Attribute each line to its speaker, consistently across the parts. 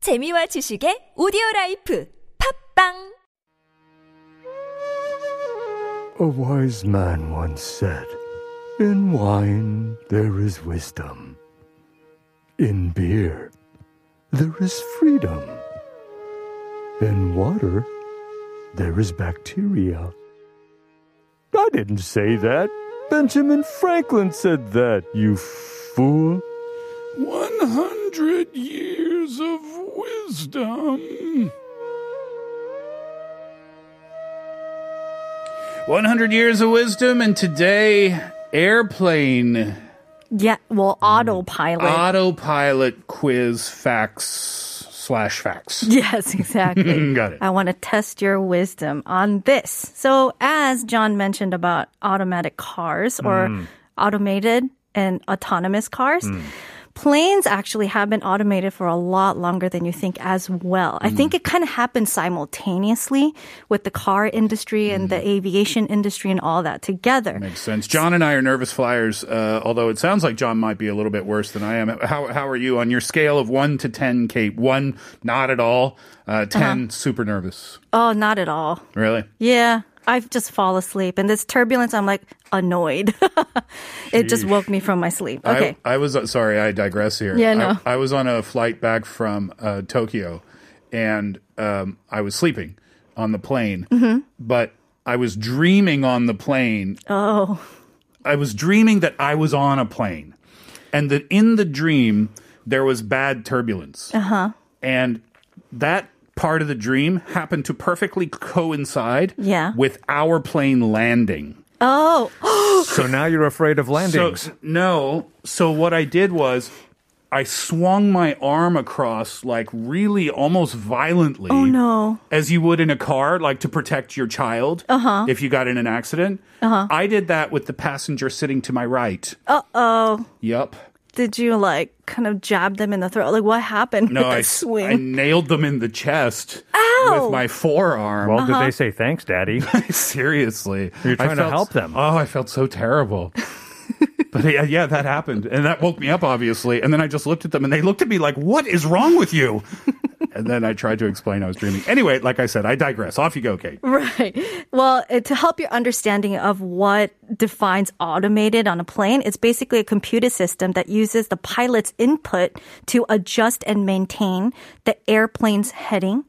Speaker 1: 재미와 지식의 오디오 라이프 팝빵
Speaker 2: A wise man once said, In wine there is wisdom. In beer there is freedom. In water there is bacteria. I didn't say that. Benjamin Franklin said that, you fool.
Speaker 3: 100 years of wisdom. 100 years of wisdom, and today, airplane
Speaker 4: Yeah, well, autopilot.
Speaker 3: autopilot quiz facts slash facts.
Speaker 4: yes, exactly.
Speaker 3: Got it.
Speaker 4: I want to test your wisdom on this. So, as John mentioned about automatic cars or automated and autonomous cars, planes actually have been automated for a lot longer than you think as well. I think it kind of happened simultaneously with the car industry and the aviation industry and all that together.
Speaker 3: Makes sense. John and I are nervous flyers, uh, although it sounds like John might be a little bit worse than I am. How, how are you on your scale of 1 to 10, Kate? 1, not at all. Uh, 10, super nervous.
Speaker 4: Oh, not at all.
Speaker 3: Really?
Speaker 4: Yeah, I just fall asleep. And this turbulence, I'm like annoyed. it just woke me from my sleep. Okay.
Speaker 3: I, I was sorry. I digress here.
Speaker 4: Yeah, no.
Speaker 3: I, I was on a flight back from uh, Tokyo, and um, I was sleeping on the plane,
Speaker 4: Mm-hmm.
Speaker 3: but I was dreaming on the plane.
Speaker 4: oh,
Speaker 3: I was dreaming that I was on a plane, and that in the dream there was bad turbulence. Uh
Speaker 4: Uh-huh.
Speaker 3: huh. And that part of the dream happened to perfectly coincide
Speaker 4: Yeah.
Speaker 3: with our plane landing.
Speaker 4: oh,
Speaker 5: So now you're afraid of landings.
Speaker 3: So, no. So what I did was I swung my arm across like really almost violently.
Speaker 4: oh no.
Speaker 3: As you would in a car, like to protect your child uh-huh. if you got in an accident. Uh-huh. I did that with the passenger sitting to my right.
Speaker 4: Uh oh.
Speaker 3: Yup.
Speaker 4: Did you like kind of jab them in the throat? Like what happened?
Speaker 3: No,
Speaker 4: with
Speaker 3: I, I
Speaker 4: the swing.
Speaker 3: nailed them in the chest
Speaker 4: Ow!
Speaker 3: with my forearm.
Speaker 5: well, did they say thanks, Daddy?
Speaker 3: Seriously,
Speaker 5: You're
Speaker 3: I
Speaker 5: trying to help them.
Speaker 3: Oh, I felt so terrible. but yeah, yeah, that happened, and that woke me up obviously. And then I just looked at them, and they looked at me like, "What is wrong with you?" and then I tried to explain I was dreaming. Anyway, like I said, I digress. Off you go, Kate.
Speaker 4: Mm-hmm. Right. Well, uh, to help your understanding of what defines automated on a plane, it's basically a computer system that uses the pilot's input to adjust and maintain the airplane's heading,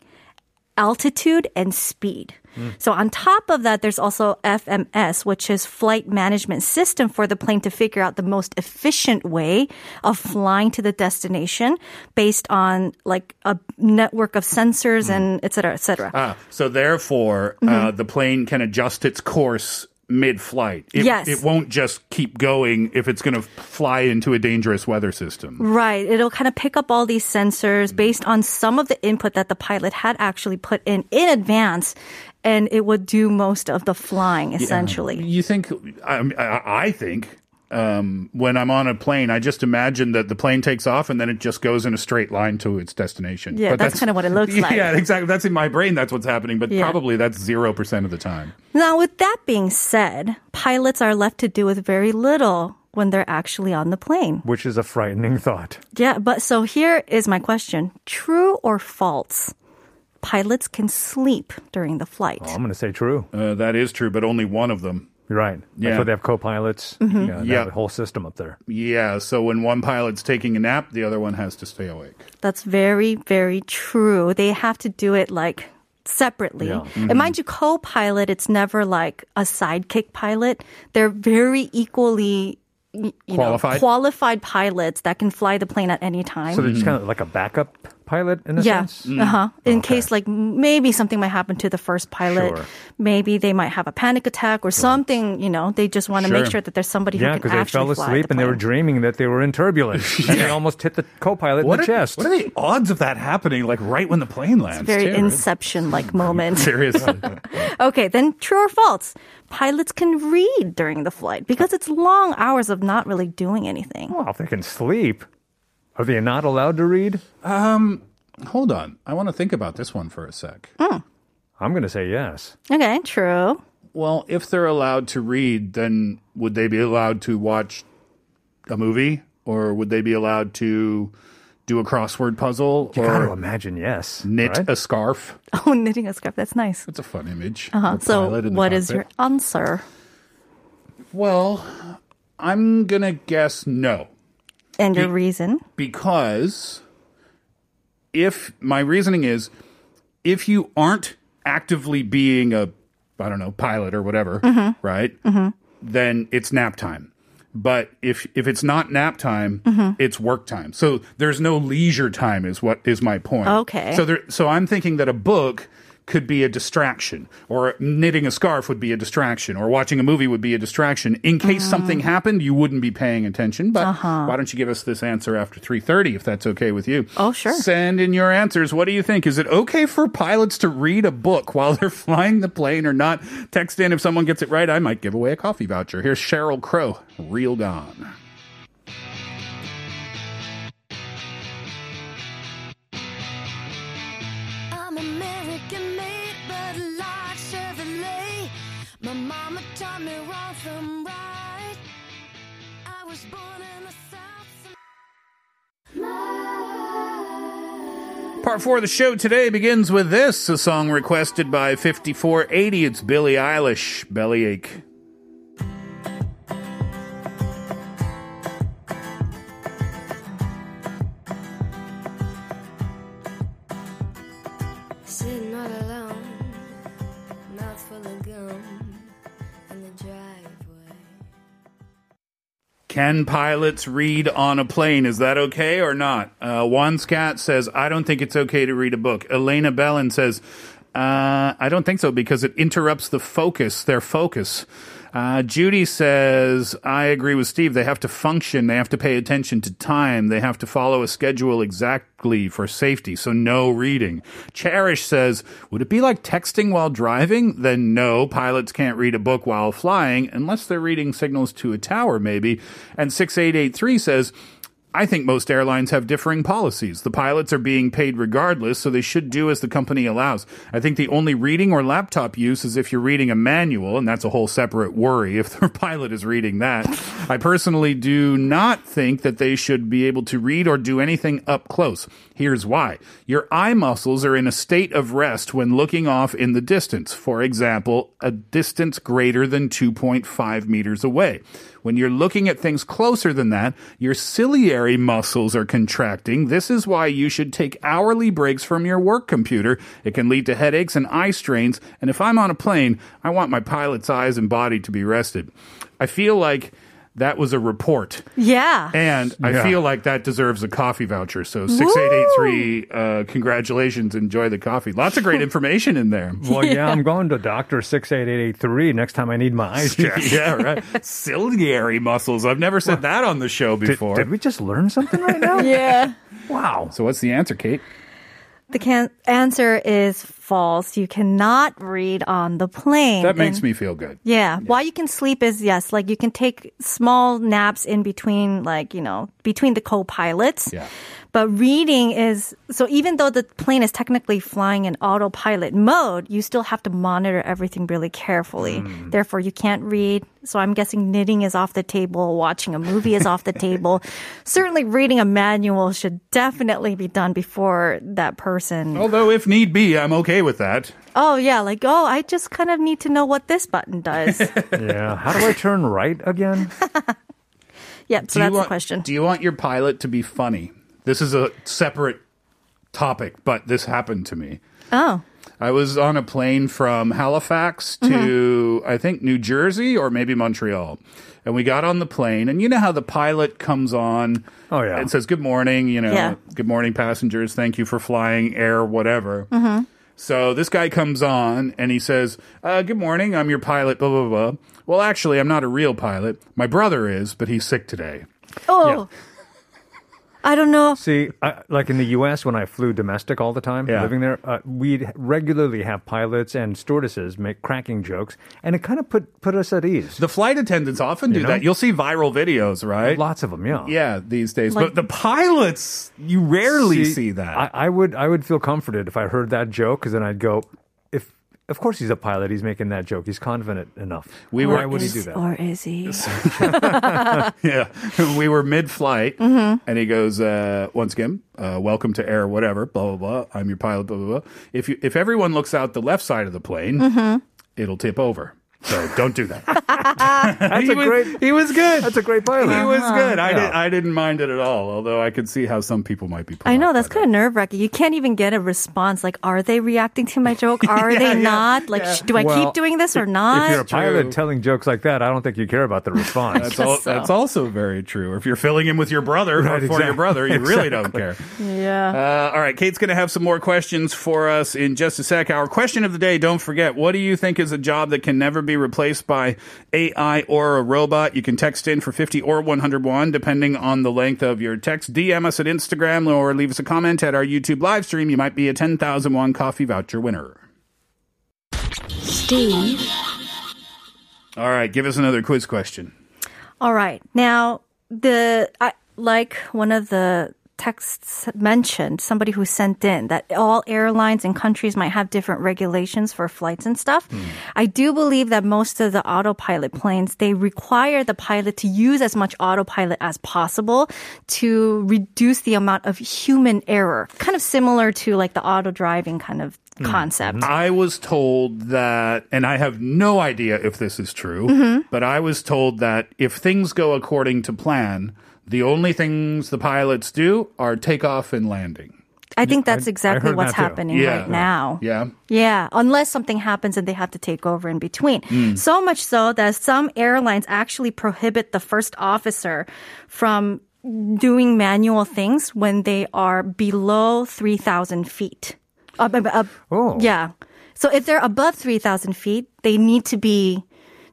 Speaker 4: altitude, and speed. So on top of that, there's also FMS, which is flight management system for the plane to figure out the most efficient way of flying to the destination based on like a network of sensors and et cetera, et cetera.
Speaker 3: Ah, so therefore, uh, the plane can adjust its course mid-flight. It,
Speaker 4: Yes.
Speaker 3: it won't just keep going if it's going to fly into a dangerous weather system.
Speaker 4: Right. It'll kind of pick up all these sensors based on some of the input that the pilot had actually put in in advance, and it would do most of the flying essentially.
Speaker 3: You think? I, I, I think um, when I'm on a plane, I just imagine that the plane takes off and then it just goes in a straight line to its destination.
Speaker 4: Yeah, that's kinda what it looks like.
Speaker 3: Yeah, exactly. That's in my brain. That's what's happening, but
Speaker 4: Yeah.
Speaker 3: probably that's zero percent of the time.
Speaker 4: Now, with that being said, pilots are left to do with very little when they're actually on the plane.
Speaker 5: Which is a frightening thought.
Speaker 4: Yeah, but so here is my question true or false? Pilots can sleep during the flight.
Speaker 5: I'm going to say true.
Speaker 3: Uh, that is true, but only one of them.
Speaker 5: You're right.
Speaker 3: Yeah.
Speaker 5: That's why they have co-pilots. Yeah, they
Speaker 3: Yeah.
Speaker 5: have a whole system up there.
Speaker 3: Yeah. So when one pilot's taking a nap, the other one has to stay awake.
Speaker 4: That's very, very true. They have to do it like separately.
Speaker 5: Yeah.
Speaker 4: And mind you, co pilot, it's never like a sidekick pilot. They're very equally y- you
Speaker 3: Qualified?
Speaker 4: Know, qualified pilots that can fly the plane at any time.
Speaker 5: So they're
Speaker 3: Mm-hmm.
Speaker 5: just kind of like a backup pilot in a
Speaker 4: yeah.
Speaker 5: sense.
Speaker 4: Uh huh. In case like m- maybe something might happen to the first pilot,
Speaker 5: Sure.
Speaker 4: maybe they might have a panic attack or something. You know, they just want to make
Speaker 3: Sure.
Speaker 4: sure that there's somebody
Speaker 5: Yeah,
Speaker 4: who can
Speaker 5: because they
Speaker 4: actually
Speaker 5: fell
Speaker 4: fly
Speaker 5: asleep
Speaker 4: the
Speaker 5: and they were
Speaker 4: plane.
Speaker 5: dreaming that they were in turbulence. and they almost hit the co-pilot in the
Speaker 3: are,
Speaker 5: chest.
Speaker 3: what are the odds of that happening? Like right when the plane lands.
Speaker 4: very
Speaker 3: too?
Speaker 4: inception like moment.
Speaker 3: Seriously.
Speaker 4: Okay, then true or false? Pilots can read during the flight because it's long hours of not really doing anything.
Speaker 5: well, if they can sleep, are they not allowed to read?
Speaker 3: Hold on. I want to think about this one for a sec.
Speaker 5: I'm going to say yes.
Speaker 4: Okay, true.
Speaker 3: Well, if they're allowed to read, then would they be allowed to watch a movie or would they be allowed to do a crossword puzzle
Speaker 5: You got to
Speaker 3: or
Speaker 5: imagine, yes.
Speaker 3: knit
Speaker 5: right?
Speaker 3: a scarf.
Speaker 4: Oh, knitting a scarf. That's nice.
Speaker 3: That's a fun image.
Speaker 4: Uh-huh.
Speaker 3: The
Speaker 4: So,
Speaker 3: pilot in the
Speaker 4: what is your
Speaker 3: cockpit.
Speaker 4: answer?
Speaker 3: Well, I'm gonna guess no
Speaker 4: And your reason?
Speaker 3: because if my reasoning is if you aren't actively being a I don't know pilot or whatever, right? Then it's nap time. But if if it's not nap time, it's work time. So there's no leisure time is what is my point.
Speaker 4: Okay.
Speaker 3: So there so I'm thinking that a book could be a distraction or knitting a scarf would be a distraction or watching a movie would be a distraction in case
Speaker 4: Mm.
Speaker 3: something happened you wouldn't be paying attention but
Speaker 4: Uh-huh.
Speaker 3: why don't you give us this answer after 3:30 if that's okay with you
Speaker 4: Oh, sure.
Speaker 3: send in your answers what do you think is it okay for pilots to read a book while they're flying the plane or not text in if someone gets it right i might give away a coffee voucher here's Cheryl Crow real gone
Speaker 6: I'm American made, but like Chevrolet. My mama taught me wrong from right. I was born in the South.
Speaker 3: Part four of the show today begins with this a song requested by 5480. It's Billie Eilish, Bellyache.
Speaker 6: Sitting all alone, mouth full of gum in the driveway.
Speaker 3: Can pilots read on a plane? Is that okay or not? Uh, Juan Scat says, I don't think it's okay to read a book. Elena Bellin says, uh, I don't think so because it interrupts the focus, their focus. Uh, Judy says, I agree with Steve. They have to function. They have to pay attention to time. They have to follow a schedule exactly for safety. So no reading. Cherish says, would it be like texting while driving? Then no, pilots can't read a book while flying unless they're reading signals to a tower, maybe. And 6883 says, I think most airlines have differing policies. The pilots are being paid regardless, so they should do as the company allows. I think the only reading or laptop use is if you're reading a manual, and that's a whole separate worry if the pilot is reading that. I personally do not think that they should be able to read or do anything up close. Here's why. Your eye muscles are in a state of rest when looking off in the distance. For example, a distance greater than 2.5 meters away. When you're looking at things closer than that, your ciliary muscles are contracting. This is why you should take hourly breaks from your work computer. It can lead to headaches and eye strains. And if I'm on a plane, I want my pilot's eyes and body to be rested. I feel like that was a report.
Speaker 4: Yeah.
Speaker 3: And I
Speaker 5: Yeah.
Speaker 3: feel like that deserves a coffee voucher. So 6883, uh, congratulations. Enjoy the coffee. Lots of great information in there.
Speaker 5: Well, yeah. I'm going to Doctor Six Eight Eight Eight Three next time I need my eyes checked.
Speaker 3: yeah, right. Ciliary muscles. I've never said that on the show
Speaker 5: did,
Speaker 3: before.
Speaker 5: did we just learn something right now?
Speaker 4: yeah.
Speaker 5: Wow.
Speaker 3: So what's the answer, Kate?
Speaker 4: The can- answer is false. You cannot read on the plane.
Speaker 3: That makes
Speaker 4: And-
Speaker 3: me feel good.
Speaker 4: Yeah. Why you can sleep is yes, like you can take small naps in between, like, you know, between the co pilots.
Speaker 3: Yeah.
Speaker 4: But reading is so even though the plane is technically flying in autopilot mode, you still have to monitor everything really carefully.
Speaker 3: Hmm.
Speaker 4: Therefore, you can't read. So I'm guessing knitting is off the table, watching a movie is off the table. Certainly, reading a manual should definitely be done before that person. Oh,
Speaker 3: Although, if need be, I'm okay with that.
Speaker 4: yeah, like oh, I just kind of need to know what this button does.
Speaker 5: Yeah. How do I turn right again?
Speaker 4: yep.
Speaker 3: Do you
Speaker 4: So that's
Speaker 3: want-
Speaker 4: the question.
Speaker 3: Do you want your pilot to be funny? This is a separate topic, but this happened to me.
Speaker 4: oh.
Speaker 3: I was on a plane from Halifax to,
Speaker 5: Mm-hmm.
Speaker 3: I think, New Jersey or maybe Montreal. And we got on the plane, and you know how the pilot comes on
Speaker 5: Oh, yeah.
Speaker 3: and says, Good morning, you know,
Speaker 4: Yeah.
Speaker 3: good morning, passengers. Thank you for flying air, whatever.
Speaker 5: Mm-hmm.
Speaker 3: So this guy comes on and he says, uh, Good morning, I'm your pilot, blah, blah, blah. Well, actually, I'm not a real pilot. My brother is, but he's sick today.
Speaker 4: Oh. I don't know.
Speaker 5: See, I, like in the U.S., when I flew domestic all the time,
Speaker 3: Yeah.
Speaker 5: living there, uh, we'd regularly have pilots and stewardesses make cracking jokes, and it kind of put put us at ease.
Speaker 3: The flight attendants often do
Speaker 5: know?
Speaker 3: that. You'll see viral videos, right?
Speaker 5: Lots of them, yeah.
Speaker 3: Yeah, these days. but
Speaker 4: Like-
Speaker 3: the pilots, you rarely see,
Speaker 5: See,
Speaker 3: that.
Speaker 5: I, I would I would feel comforted if I heard that joke because then I'd go if Of course, he's a pilot. He's making that joke. He's confident enough.
Speaker 3: We
Speaker 5: Why would
Speaker 3: were-
Speaker 5: he
Speaker 4: Is-
Speaker 5: do that?
Speaker 4: Or is he?
Speaker 3: yeah, we were mid-flight,
Speaker 4: Mm-hmm.
Speaker 3: and he goes, uh, "Once again, uh, welcome to air, whatever, blah blah blah. I'm your pilot, blah blah blah. If you, if everyone looks out the left side of the plane,
Speaker 4: Mm-hmm.
Speaker 3: it'll tip over. So don't do that."
Speaker 5: That's a
Speaker 3: he, was,
Speaker 5: great.
Speaker 3: he was good.
Speaker 5: That's a great
Speaker 3: he
Speaker 5: pilot.
Speaker 3: was good. I, did,
Speaker 5: Yeah.
Speaker 3: I didn't mind it at all, although I could see how some people might be. put
Speaker 4: I
Speaker 3: off
Speaker 4: know that's
Speaker 3: by
Speaker 4: kind of nerve wracking. You can't even get a response. Like, are they reacting to my joke? Are
Speaker 3: Yeah,
Speaker 4: they
Speaker 3: yeah,
Speaker 4: not? Like, sh- do I
Speaker 5: Well,
Speaker 4: keep doing this or
Speaker 5: If you're a
Speaker 4: not?
Speaker 5: pilot
Speaker 3: True.
Speaker 5: telling jokes like that, I don't think you care about the response.
Speaker 3: That's, al-
Speaker 4: so.
Speaker 3: that's also very true. If you're filling in with your brother or
Speaker 5: Right,
Speaker 3: for your
Speaker 5: exact-
Speaker 3: brother, you really don't care. Uh,
Speaker 4: yeah.
Speaker 3: all right, Kate's going to have some more questions for us in just a sec. Our question of the day, don't forget, what do you think is a job that can never be replaced by AI or a robot? You can text in for 50 or 101, depending on the length of your text. DM us at Instagram or leave us a comment at our YouTube live stream. You might be a 10,000 won coffee voucher winner.
Speaker 6: Steve.
Speaker 3: All right, give us another quiz question.
Speaker 4: All right. Now, the I, like one of the texts mentioned, somebody who sent in that all airlines and countries might have different regulations for flights and stuff. I do believe that most of the autopilot planes, they require the pilot to use as much autopilot as possible to reduce the amount of human error. Kind of similar to like the auto driving kind of concept.
Speaker 3: I was told that, and I have no idea if this is true, but I was told that if things go according to plan, the only things the pilots do are takeoff and landing.
Speaker 4: I think that's
Speaker 5: I
Speaker 4: exactly
Speaker 5: heard
Speaker 4: what's
Speaker 5: that too.
Speaker 4: happening
Speaker 3: Yeah.
Speaker 4: right now.
Speaker 3: Yeah.
Speaker 4: Yeah, unless something happens and they have to take over in between.
Speaker 5: Hmm.
Speaker 4: So much so that some airlines actually prohibit the first officer from doing manual things when they are below 3,000 feet. Up, up, up.
Speaker 5: Oh.
Speaker 4: Yeah. So if they're above 3,000 feet, they need to be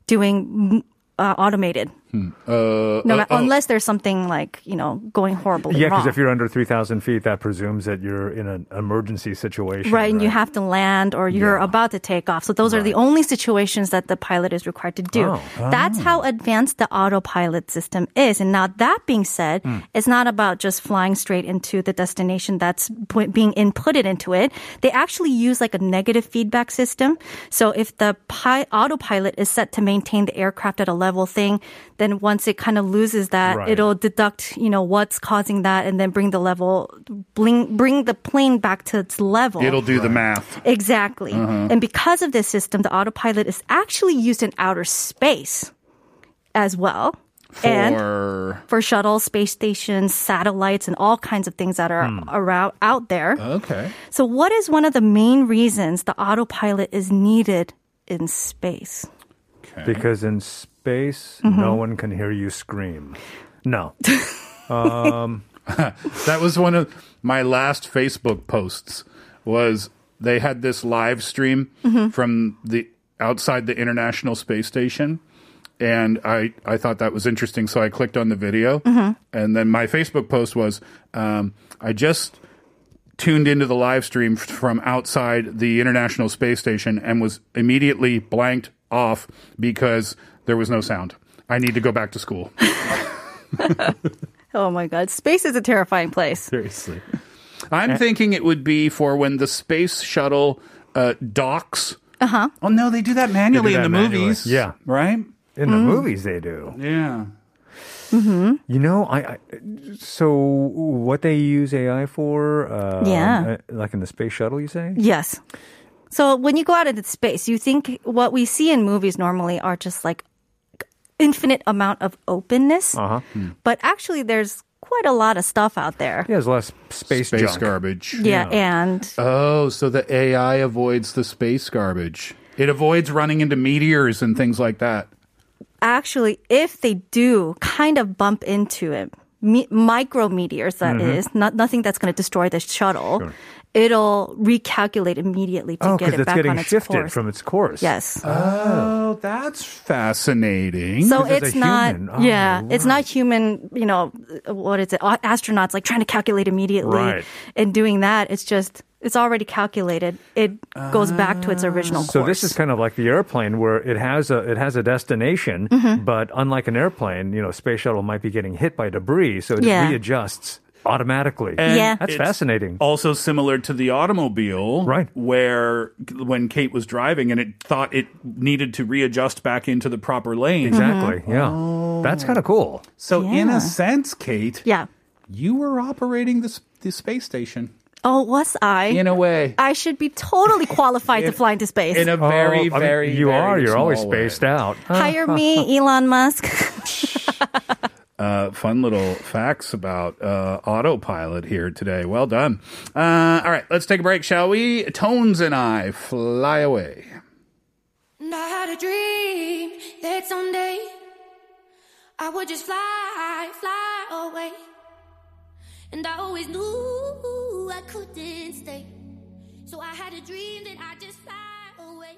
Speaker 4: doing uh, automated.
Speaker 5: Hmm.
Speaker 3: Uh,
Speaker 4: No,
Speaker 3: uh,
Speaker 4: ma-
Speaker 3: oh,
Speaker 4: unless there's something like, you know, going horribly
Speaker 5: Yeah, because
Speaker 4: wrong.
Speaker 5: if you're under 3,000 feet, that presumes that you're in an emergency situation.
Speaker 4: Right, and you have to land or you're about to take off. So those are the only situations that the pilot is required to do.
Speaker 5: Oh.
Speaker 4: That's how advanced the autopilot system is. And now that being said,
Speaker 5: Hmm.
Speaker 4: it's not about just flying straight into the destination that's pu- being inputted into it. They actually use like a negative feedback system. So if the pi- autopilot is set to maintain the aircraft at a level thing, then once it kind of loses that,
Speaker 5: Right.
Speaker 4: it'll deduct, you know, what's causing that and then bring the level bring, bring the plane back to its level.
Speaker 3: it'll do the math.
Speaker 4: Exactly. And because of this system, the autopilot is actually used in outer space as well. and
Speaker 3: For.
Speaker 4: for shuttles, space stations, satellites, and all kinds of things that are around out there.
Speaker 3: Uh. Okay.
Speaker 4: So, what is one of the main reasons the autopilot is needed in space?
Speaker 5: Because in space,
Speaker 4: Mm-hmm.
Speaker 5: no one can hear you scream. No.
Speaker 3: That was one of my last Facebook posts. Was they had this live stream from the outside the International Space Station, and I I thought that was interesting, so I clicked on the video, and then my Facebook post was um, I just tuned into the live stream f- from outside the International Space Station and was immediately blanked off because there was no sound. I need to go back to school.
Speaker 4: Oh my God, space is a terrifying place.
Speaker 3: Seriously.
Speaker 5: Eh.
Speaker 3: I'm thinking it would be for when the space shuttle uh, docks. Uh
Speaker 4: Uh-huh.
Speaker 3: huh. Oh, no, they do that manually
Speaker 5: They do
Speaker 3: in the
Speaker 5: that manually.
Speaker 3: movies.
Speaker 5: Yeah.
Speaker 3: Right?
Speaker 5: In
Speaker 4: Mm.
Speaker 5: the movies, they do.
Speaker 3: Yeah.
Speaker 5: You know, I, I so what they use AI for? Uh,
Speaker 4: Yeah.
Speaker 5: uh, like in the space shuttle, you say?
Speaker 4: Yes. So when you go out into space, you think what we see in movies normally are just like infinite amount of openness,
Speaker 5: Uh huh.
Speaker 4: but actually there's quite a lot of stuff out there.
Speaker 5: Yeah, there's less space,
Speaker 3: Space
Speaker 5: junk.
Speaker 3: garbage.
Speaker 4: Yeah, and
Speaker 3: Oh, so the AI avoids the space garbage. It avoids running into meteors and things like that.
Speaker 4: actually, if they do kind of bump into it, me- micrometeors that
Speaker 5: Mm-hmm.
Speaker 4: is, not nothing that's going to destroy the shuttle. It'll recalculate immediately to
Speaker 5: Oh, because
Speaker 4: get it
Speaker 5: it's
Speaker 4: back
Speaker 5: getting
Speaker 4: on its
Speaker 5: shifted
Speaker 4: course.
Speaker 5: from its course.
Speaker 4: yes.
Speaker 3: Oh, that's fascinating.
Speaker 4: So
Speaker 5: Because
Speaker 4: it's
Speaker 5: it's a
Speaker 4: not,
Speaker 5: human. Oh,
Speaker 4: yeah, it's not human. You know, what is it? A- Astronauts like trying to calculate immediately
Speaker 5: Right.
Speaker 4: and doing that. It's just it's already calculated. It goes back to its original
Speaker 5: Ah. So
Speaker 4: course.
Speaker 5: this is kind of like the airplane, where it has a it has a destination,
Speaker 3: Mm-hmm.
Speaker 5: but unlike an airplane, you know, space shuttle might be getting hit by debris, so it
Speaker 4: Yeah.
Speaker 5: readjusts automatically.
Speaker 3: And
Speaker 4: Yeah.
Speaker 5: That's
Speaker 3: it's Mm-hmm.
Speaker 5: fascinating.
Speaker 3: Also similar to the automobile,
Speaker 5: Right.
Speaker 3: Where when Kate was driving and it thought it needed to readjust back into the proper lane.
Speaker 5: Exactly. Yeah.
Speaker 3: Oh.
Speaker 5: That's kind of cool.
Speaker 3: So in
Speaker 4: Mm-hmm. Yeah.
Speaker 3: a sense, Kate,
Speaker 4: Yeah.
Speaker 3: you were operating the, s- the space station
Speaker 4: Oh, was I?
Speaker 3: in a way,
Speaker 4: I should be totally qualified to fly into space.
Speaker 3: in a
Speaker 5: Oh, I
Speaker 3: very,
Speaker 5: mean,
Speaker 3: very,
Speaker 5: You
Speaker 3: very
Speaker 5: are. You're always
Speaker 3: small way.
Speaker 5: spaced out.
Speaker 4: Hire me, Elon Musk.
Speaker 3: Uh, fun little facts about uh, autopilot here today. Well done. Uh, all right, let's take a break, shall we? Tones and I fly away.
Speaker 6: And I had a dream that someday I would just fly, fly away. And I always knew I couldn't stay. So I had a dream that I just fly away.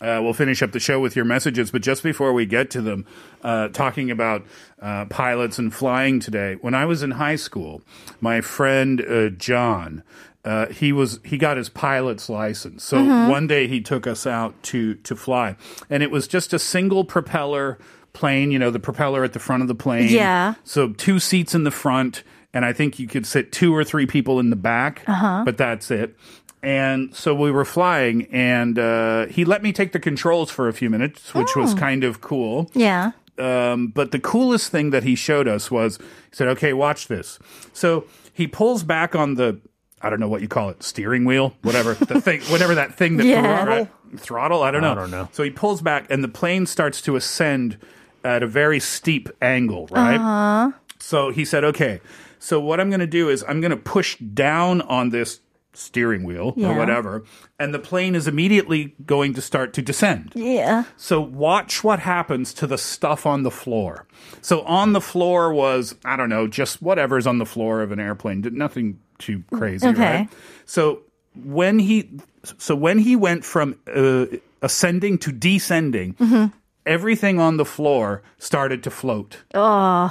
Speaker 3: Uh, we'll finish up the show with your messages, but just before we get to them, uh, talking about uh, pilots and flying today. When I was in high school, my friend uh, John, uh, he was he got his pilot's license. So one day he took us out to to fly, and it was just a single propeller plane. You know, the propeller at the front of the plane.
Speaker 4: Yeah.
Speaker 3: So two seats in the front, and I think you could sit two or three people in the back, but that's it. And so we were flying, and uh, he let me take the controls for a few minutes, which was kind of cool.
Speaker 4: yeah.
Speaker 3: Um, but the coolest thing that he showed us was he said, "Okay, watch this." So he pulls back on the I don't know what you call it, steering wheel, whatever the thing, whatever that thing that
Speaker 4: Yeah.
Speaker 3: throttle, throttle. I don't know.
Speaker 5: I don't know.
Speaker 3: So he pulls back, and the plane starts to ascend at a very steep angle, right?
Speaker 4: Uh-huh.
Speaker 3: So he said, okay, so what I'm going to do is I'm going to push down on this steering wheel
Speaker 4: Yeah.
Speaker 3: or whatever, and the plane is immediately going to start to descend.
Speaker 4: Yeah.
Speaker 3: So watch what happens to the stuff on the floor. So on the floor was, I don't know, just whatever's on the floor of an airplane, Did nothing too crazy, right?
Speaker 4: Okay.
Speaker 3: So when he so when he went from uh, ascending to descending,
Speaker 4: Mm-hmm.
Speaker 3: everything on the floor started to float.
Speaker 4: Oh,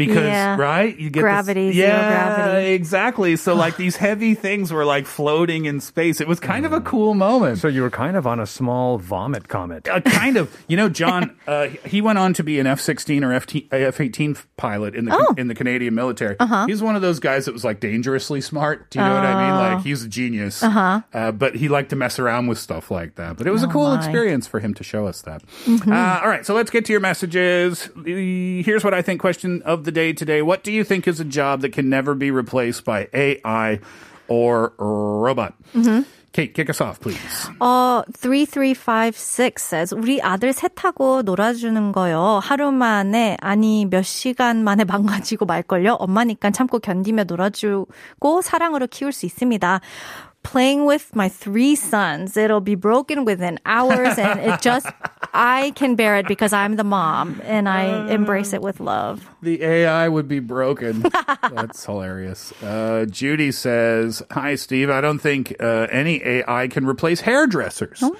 Speaker 3: Because
Speaker 4: Yeah.
Speaker 3: right, you get this-
Speaker 4: Gravity, zero
Speaker 3: yeah,
Speaker 4: gravity.
Speaker 3: exactly. So like these heavy things were like floating in space. It was kind of a
Speaker 4: Mm.
Speaker 3: cool moment.
Speaker 5: So you were kind of on a small vomit comet.
Speaker 3: Uh, kind of, you know, John. Uh, he went on to be an F sixteen or F eighteen pilot in the in the Canadian military. Oh. Uh-huh. He's one of those guys that was like dangerously smart. Do you know what I mean? Like he's a genius. Oh. Uh-huh. Oh, but he liked to mess around with stuff like that. But it was a cool
Speaker 4: my.
Speaker 3: experience for him to show us that. Uh, all right, so let's get to your messages. The- Here's what I think question of the day today: What do you think is a job that can never be replaced by AI or robot? Kate, kick us off, please.
Speaker 4: 어, 3356 says, 우리 아들 새 타고 놀아주는 거요. 하루 만에, 아니, 몇 시간 만에 망가지고 말걸요. 엄마니까 참고 견디며 놀아주고 사랑으로 키울 수 있습니다. Playing with my three sons, it'll be broken within hours, and it just, I can bear it because I'm the mom and I embrace it with love.
Speaker 3: The AI would be broken. That's hilarious. Uh, Judy says, "Hi, Steve. I don't think uh, any AI can replace hairdressers.
Speaker 4: Oh.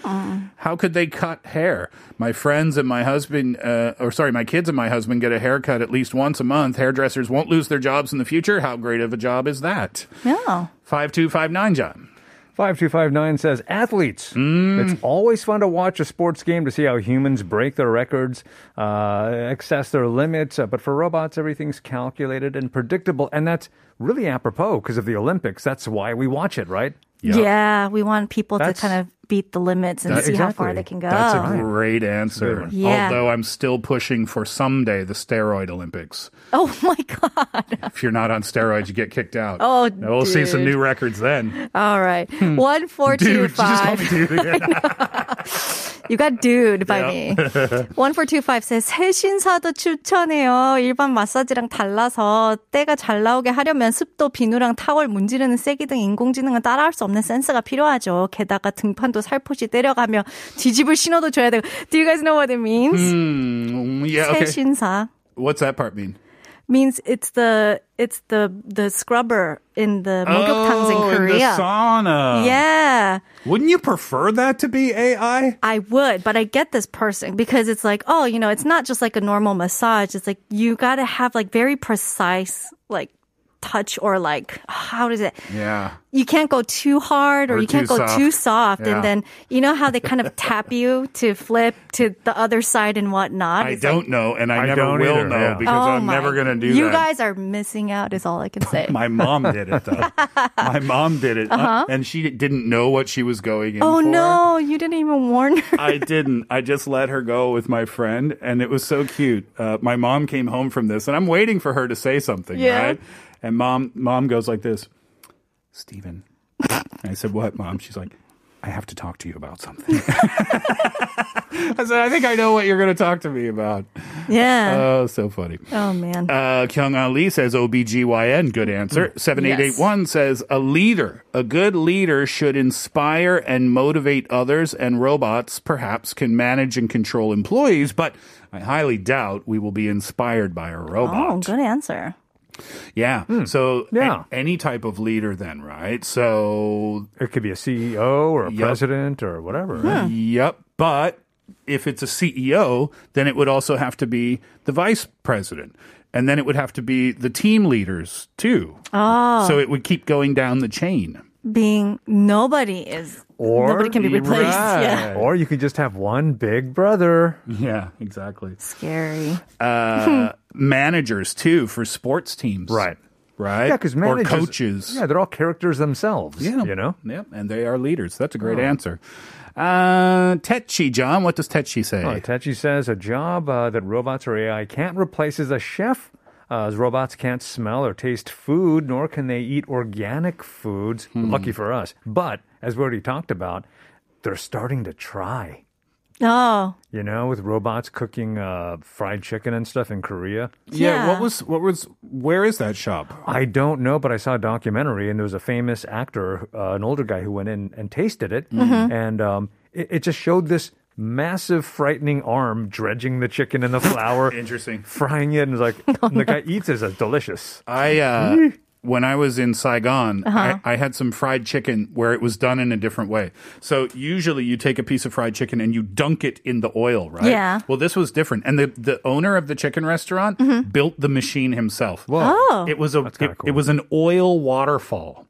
Speaker 3: How could they cut hair? My friends and my husband, uh, or sorry, my kids and my husband get a haircut at least once a month. Hairdressers won't lose their jobs in the future. How great of a job is that?
Speaker 4: Yeah.
Speaker 3: Five two five nine, John.
Speaker 5: 5259 says athletes.
Speaker 3: Mm.
Speaker 5: It's always fun to watch a sports game to see how humans break their records, uh, access their limits. Uh, but for robots, everything's calculated and predictable. And that's really apropos because of the Olympics. That's why we watch it, right?
Speaker 4: Yeah, we want people
Speaker 5: That's-
Speaker 4: to kind of beat the limits and
Speaker 5: That-
Speaker 4: see how
Speaker 5: exactly.
Speaker 4: far they can go.
Speaker 3: That's a great answer.
Speaker 5: Good
Speaker 4: one. Oh. Yeah.
Speaker 3: Although I'm still pushing for someday the steroid Olympics.
Speaker 4: oh my God.
Speaker 3: If you're not on steroids, you get kicked out.
Speaker 4: Oh,
Speaker 3: Now we'll see some
Speaker 4: dude.
Speaker 3: new records then.
Speaker 4: All right. One, four,
Speaker 3: Hmm.
Speaker 4: two,
Speaker 3: Dude, just call
Speaker 4: five.
Speaker 3: me dude again.
Speaker 4: You got dude by me. 1425 says 새 신사도 추천해요. 일반 마사지랑 달라서 때가 잘 나오게 하려면 습도, 비누랑 타월 문지르는 세기 등 인공지능은 따라할 수 없는 센스가 필요하죠. 게다가 등판도 살포시 때려가며 뒤집을 신호도 줘야 되고. Do you guys know what it means?
Speaker 3: Mm, yeah.
Speaker 4: 새
Speaker 3: Okay.
Speaker 4: 신사
Speaker 3: What's that part mean?
Speaker 4: means it's the it's the the scrubber in the 목욕탕s in
Speaker 3: Oh, in the
Speaker 4: Korea.
Speaker 3: sauna.
Speaker 4: yeah.
Speaker 3: Wouldn't you prefer that to be AI?
Speaker 4: I would, but I get this person because it's like, oh, you know, it's not just like a normal massage. It's like you got to have like very precise like touch or like how does it
Speaker 3: Yeah.
Speaker 4: you can't go too hard
Speaker 3: Or
Speaker 4: or, you can't
Speaker 3: too
Speaker 4: go
Speaker 3: soft.
Speaker 4: too soft
Speaker 3: Yeah.
Speaker 4: and then you know how they kind of tap you to flip to the other side and whatnot
Speaker 3: I
Speaker 4: It's
Speaker 3: don't know, and
Speaker 5: I
Speaker 3: I, never
Speaker 5: don't
Speaker 3: will
Speaker 5: either,
Speaker 3: know
Speaker 5: yeah.
Speaker 4: like,
Speaker 3: because
Speaker 4: oh
Speaker 3: I'm
Speaker 4: my-
Speaker 3: never going to do that.
Speaker 4: you guys are missing out is all i can say
Speaker 3: My mom did it though. My mom did it, uh, and she didn't know what she was going in for.
Speaker 4: Uh-huh. oh no you didn't even warn her
Speaker 3: I didn't. I just let her go with my friend, and it was so cute. Uh, my mom came home from this, and I'm waiting for her to say something,
Speaker 4: Yeah.
Speaker 3: right? And mom, mom goes like this, Stephen. And I said, "What, mom?" She's like, "I have to talk to you about something." I said, "I think I know what you're going to talk to me about."
Speaker 4: yeah
Speaker 3: Oh, so funny.
Speaker 4: oh man
Speaker 3: Uh, Kyung Ali says OBGYN. Good
Speaker 4: Mm.
Speaker 3: answer. 7881 says a leader, a good leader should inspire and motivate others, and robots perhaps can manage and control employees, but I highly doubt we will be inspired by a
Speaker 4: oh
Speaker 3: robot.
Speaker 4: good Hmm. answer
Speaker 3: Yeah. So,
Speaker 5: Yeah.
Speaker 3: a- any type of leader, then, right? So,
Speaker 5: It could be a CEO or a
Speaker 3: Yep.
Speaker 5: president or whatever. right?
Speaker 3: Yep. But if it's a CEO, then it would also have to be the vice president. And then it would have to be the team leaders too. Oh.
Speaker 4: Ah.
Speaker 3: So it would keep going down the chain.
Speaker 4: being nobody is
Speaker 5: Or
Speaker 4: nobody can be replaced yeah
Speaker 3: Right.
Speaker 5: Or you could just have one big brother.
Speaker 3: Yeah, exactly.
Speaker 4: scary
Speaker 3: Uh, managers too for sports teams.
Speaker 5: Right. Yeah,
Speaker 3: Right.
Speaker 5: because
Speaker 3: or
Speaker 5: managers.
Speaker 3: coaches.
Speaker 5: Yeah, they're all characters themselves.
Speaker 3: Yeah.
Speaker 5: You know?
Speaker 3: Yeah, and they are leaders. That's a great answer. Uh, Tetchi, John, what does Tetchi say?
Speaker 5: Oh, Tachi says a job uh, that robots or AI can't replace is a chef. Uh, as robots can't smell or taste food, nor can they eat organic foods. Lucky for us. But as we already talked about, they're starting to try.
Speaker 4: oh
Speaker 5: You know, with robots cooking uh, fried chicken and stuff in Korea.
Speaker 3: yeah.
Speaker 4: yeah.
Speaker 3: What was? What was? Where is that shop?
Speaker 5: I don't know, but I saw a documentary, and there was a famous actor, uh, an older guy, who went in and tasted it, and um, it, it just showed this massive, frightening arm dredging the chicken in the flour,
Speaker 3: Interesting.
Speaker 5: frying it, and it's like and the guy eats it, it's like, delicious.
Speaker 3: I uh,
Speaker 4: Mm.
Speaker 3: when I was in Saigon, I,
Speaker 4: Uh-huh.
Speaker 3: I had some fried chicken where it was done in a different way. So usually you take a piece of fried chicken and you dunk it in the oil, right?
Speaker 4: Yeah.
Speaker 3: Well, this was different, and the the owner of the chicken restaurant
Speaker 4: Mm-hmm.
Speaker 3: built the machine himself.
Speaker 4: oh
Speaker 3: It was a it,
Speaker 5: kinda
Speaker 3: it
Speaker 5: cool.
Speaker 3: was an oil waterfall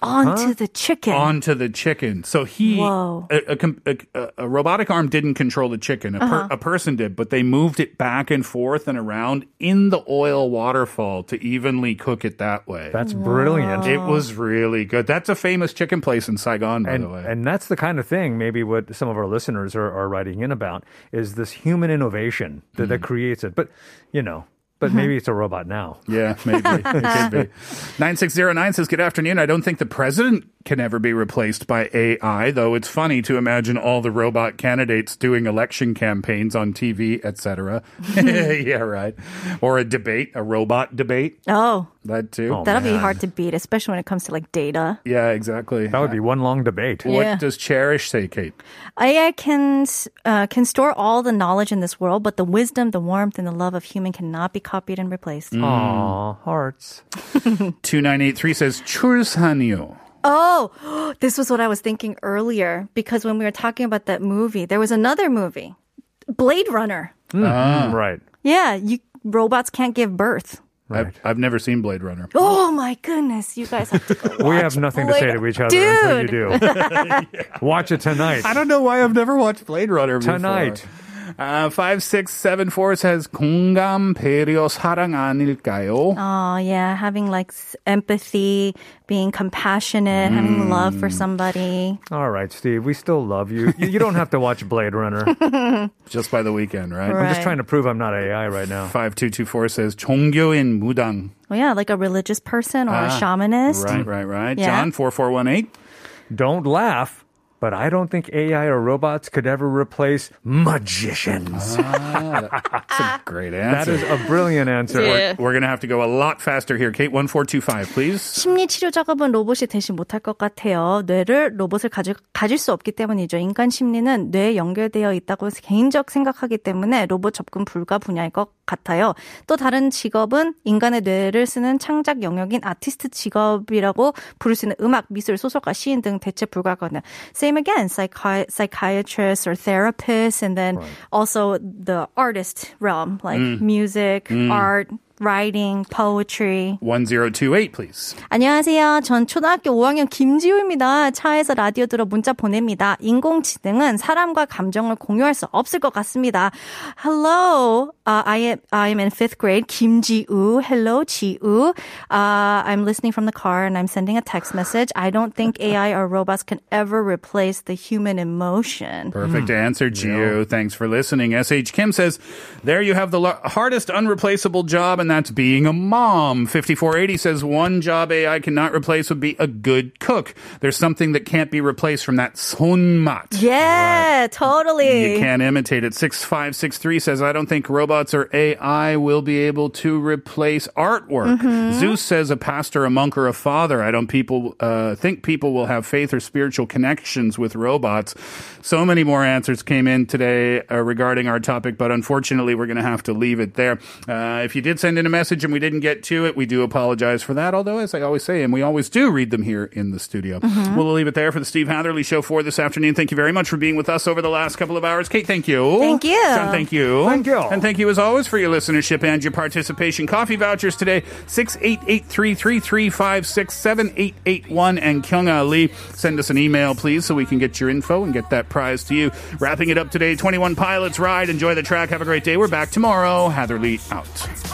Speaker 4: onto the chicken
Speaker 3: onto the chicken. So he
Speaker 4: Whoa.
Speaker 3: a, a com- a- a- a robotic arm didn't control the chicken. A, per,
Speaker 4: Uh-huh.
Speaker 3: a person did, but they moved it back and forth and around in the oil waterfall to evenly cook it that way.
Speaker 5: That's brilliant.
Speaker 4: Oh.
Speaker 3: It was really good. That's a famous chicken place in Saigon, by
Speaker 5: and,
Speaker 3: the way.
Speaker 5: and that's the kind of thing maybe what some of our listeners are, are writing in about is this human innovation that,
Speaker 3: Hmm.
Speaker 5: that creates it. But, you know, but
Speaker 4: Uh-huh.
Speaker 5: maybe it's a robot now.
Speaker 3: yeah, maybe. it could be. 9609 says, Good afternoon. I don't think the president can ever be replaced by AI, though it's funny to imagine all the robot candidates doing election campaigns on TV, etc. yeah, right. Or a debate, a robot debate.
Speaker 4: oh
Speaker 3: That too.
Speaker 4: that'll be hard to beat especially when it comes to like data
Speaker 3: yeah, exactly.
Speaker 5: That would be one long debate.
Speaker 3: What
Speaker 4: Yeah.
Speaker 3: does Cherish say, Kate?
Speaker 4: AI can uh, can store all the knowledge in this world, but the wisdom, the warmth, and the love of human cannot be copied and replaced.
Speaker 5: Mm.
Speaker 3: Hmm.
Speaker 5: Aw, hearts.
Speaker 3: 2983 says, Chursanyo.
Speaker 4: Oh, this was what I was thinking earlier because when we were talking about that movie, there was another movie, Blade Runner.
Speaker 5: Hmm, Right.
Speaker 4: Yeah, you robots can't give birth.
Speaker 3: I've, I've never seen Blade Runner.
Speaker 4: Oh my goodness, you guys have to go.
Speaker 5: We have nothing to say
Speaker 4: Blade-
Speaker 5: to each other until you do. Watch it tonight.
Speaker 3: I don't know why I've never watched Blade Runner before.
Speaker 5: Tonight.
Speaker 3: Uh, 5674 says, 공감배려 사랑 아닐까요?
Speaker 4: Oh yeah, having like s- empathy, being compassionate, having love for somebody.
Speaker 5: All right, Steve, we still love you. You, you don't have to watch Blade Runner.
Speaker 3: Just by the weekend, right?
Speaker 5: I'm
Speaker 4: Right.
Speaker 5: just trying to prove I'm not AI right now.
Speaker 3: 5224 says, 종교인 무당.
Speaker 4: Well, yeah, like a religious person or a
Speaker 3: Ah,
Speaker 4: shamanist.
Speaker 3: Right, right, right.
Speaker 4: Yeah.
Speaker 3: John, 4418.
Speaker 5: Don't laugh, but I don't think AI or robots could ever replace magicians.
Speaker 3: Great
Speaker 5: That
Speaker 3: answer.
Speaker 5: is a brilliant answer.
Speaker 3: We're going to have to go a lot faster here. Kate, 1425, please.
Speaker 4: 심리 치료 작업은 로봇이 대신 못할 것 같아요. 뇌를 로봇을 가질, 가질 수 없기 때문이죠. 인간 심리는 뇌에 연결되어 있다고 개인적 생각하기 때문에 로봇 접근 불가 분야일 것 같아요. 또 다른 직업은 인간의 뇌를 쓰는 창작 영역인 아티스트 직업이라고 부를 수 있는 음악, 미술, 소설가, 시인 등 대체 불가거든요. Same again, psychi- psychiatrists or therapists, and then also the artist realm, like music, art, writing, poetry.
Speaker 3: 1028, please.
Speaker 4: 안녕하세요. 전 초등학교 5학년 김지우입니다. 차에서 라디오 들어 문자 보냅니다. 인공지능은 사람과 감정을 공유할 수 없을 것 같습니다. Hello, uh, I am I am in fifth grade. 김지우. Hello, 지우. Uh, I'm listening from the car and I'm sending a text message. I don't think AI or robots can ever replace the human emotion.
Speaker 3: Perfect answer, Gio. Thanks for listening. SH Kim says, There you have the lo- hardest unreplaceable job, and that's being a mom. 5480 says, One job AI cannot replace would be a good cook. There's something that can't be replaced from that sonmat.
Speaker 4: Yeah, totally.
Speaker 3: You can't imitate it. 6563 says, I don't think robots or AI will be able to replace artwork. Zeus says, a pastor, a monk, or a father. I don't people uh, think people will have faith or spiritual connections with robots. So many more answers came in today uh, regarding our topic, but unfortunately, we're going to have to leave it there. Uh, if you did send in a message and we didn't get to it, we do apologize for that. Although, as I always say, and we always do read them here in the studio.
Speaker 4: Mm-hmm.
Speaker 3: We'll leave it there for the Steve Hatherley Show for this afternoon. Thank you very much for being with us over the last couple of hours. Kate, thank you.
Speaker 4: Thank you.
Speaker 3: John, thank you.
Speaker 5: Thank you.
Speaker 3: And thank you, as always, for your listenership and your participation. Coffee vouchers today, 688-333-567-881 and Kyung Ali. Send us an email, please, so we can get your info and get that prize to you. Wrapping it up today, 21 Pilots Ride. Enjoy the track. Have a great day. We're back tomorrow. Hatherley out.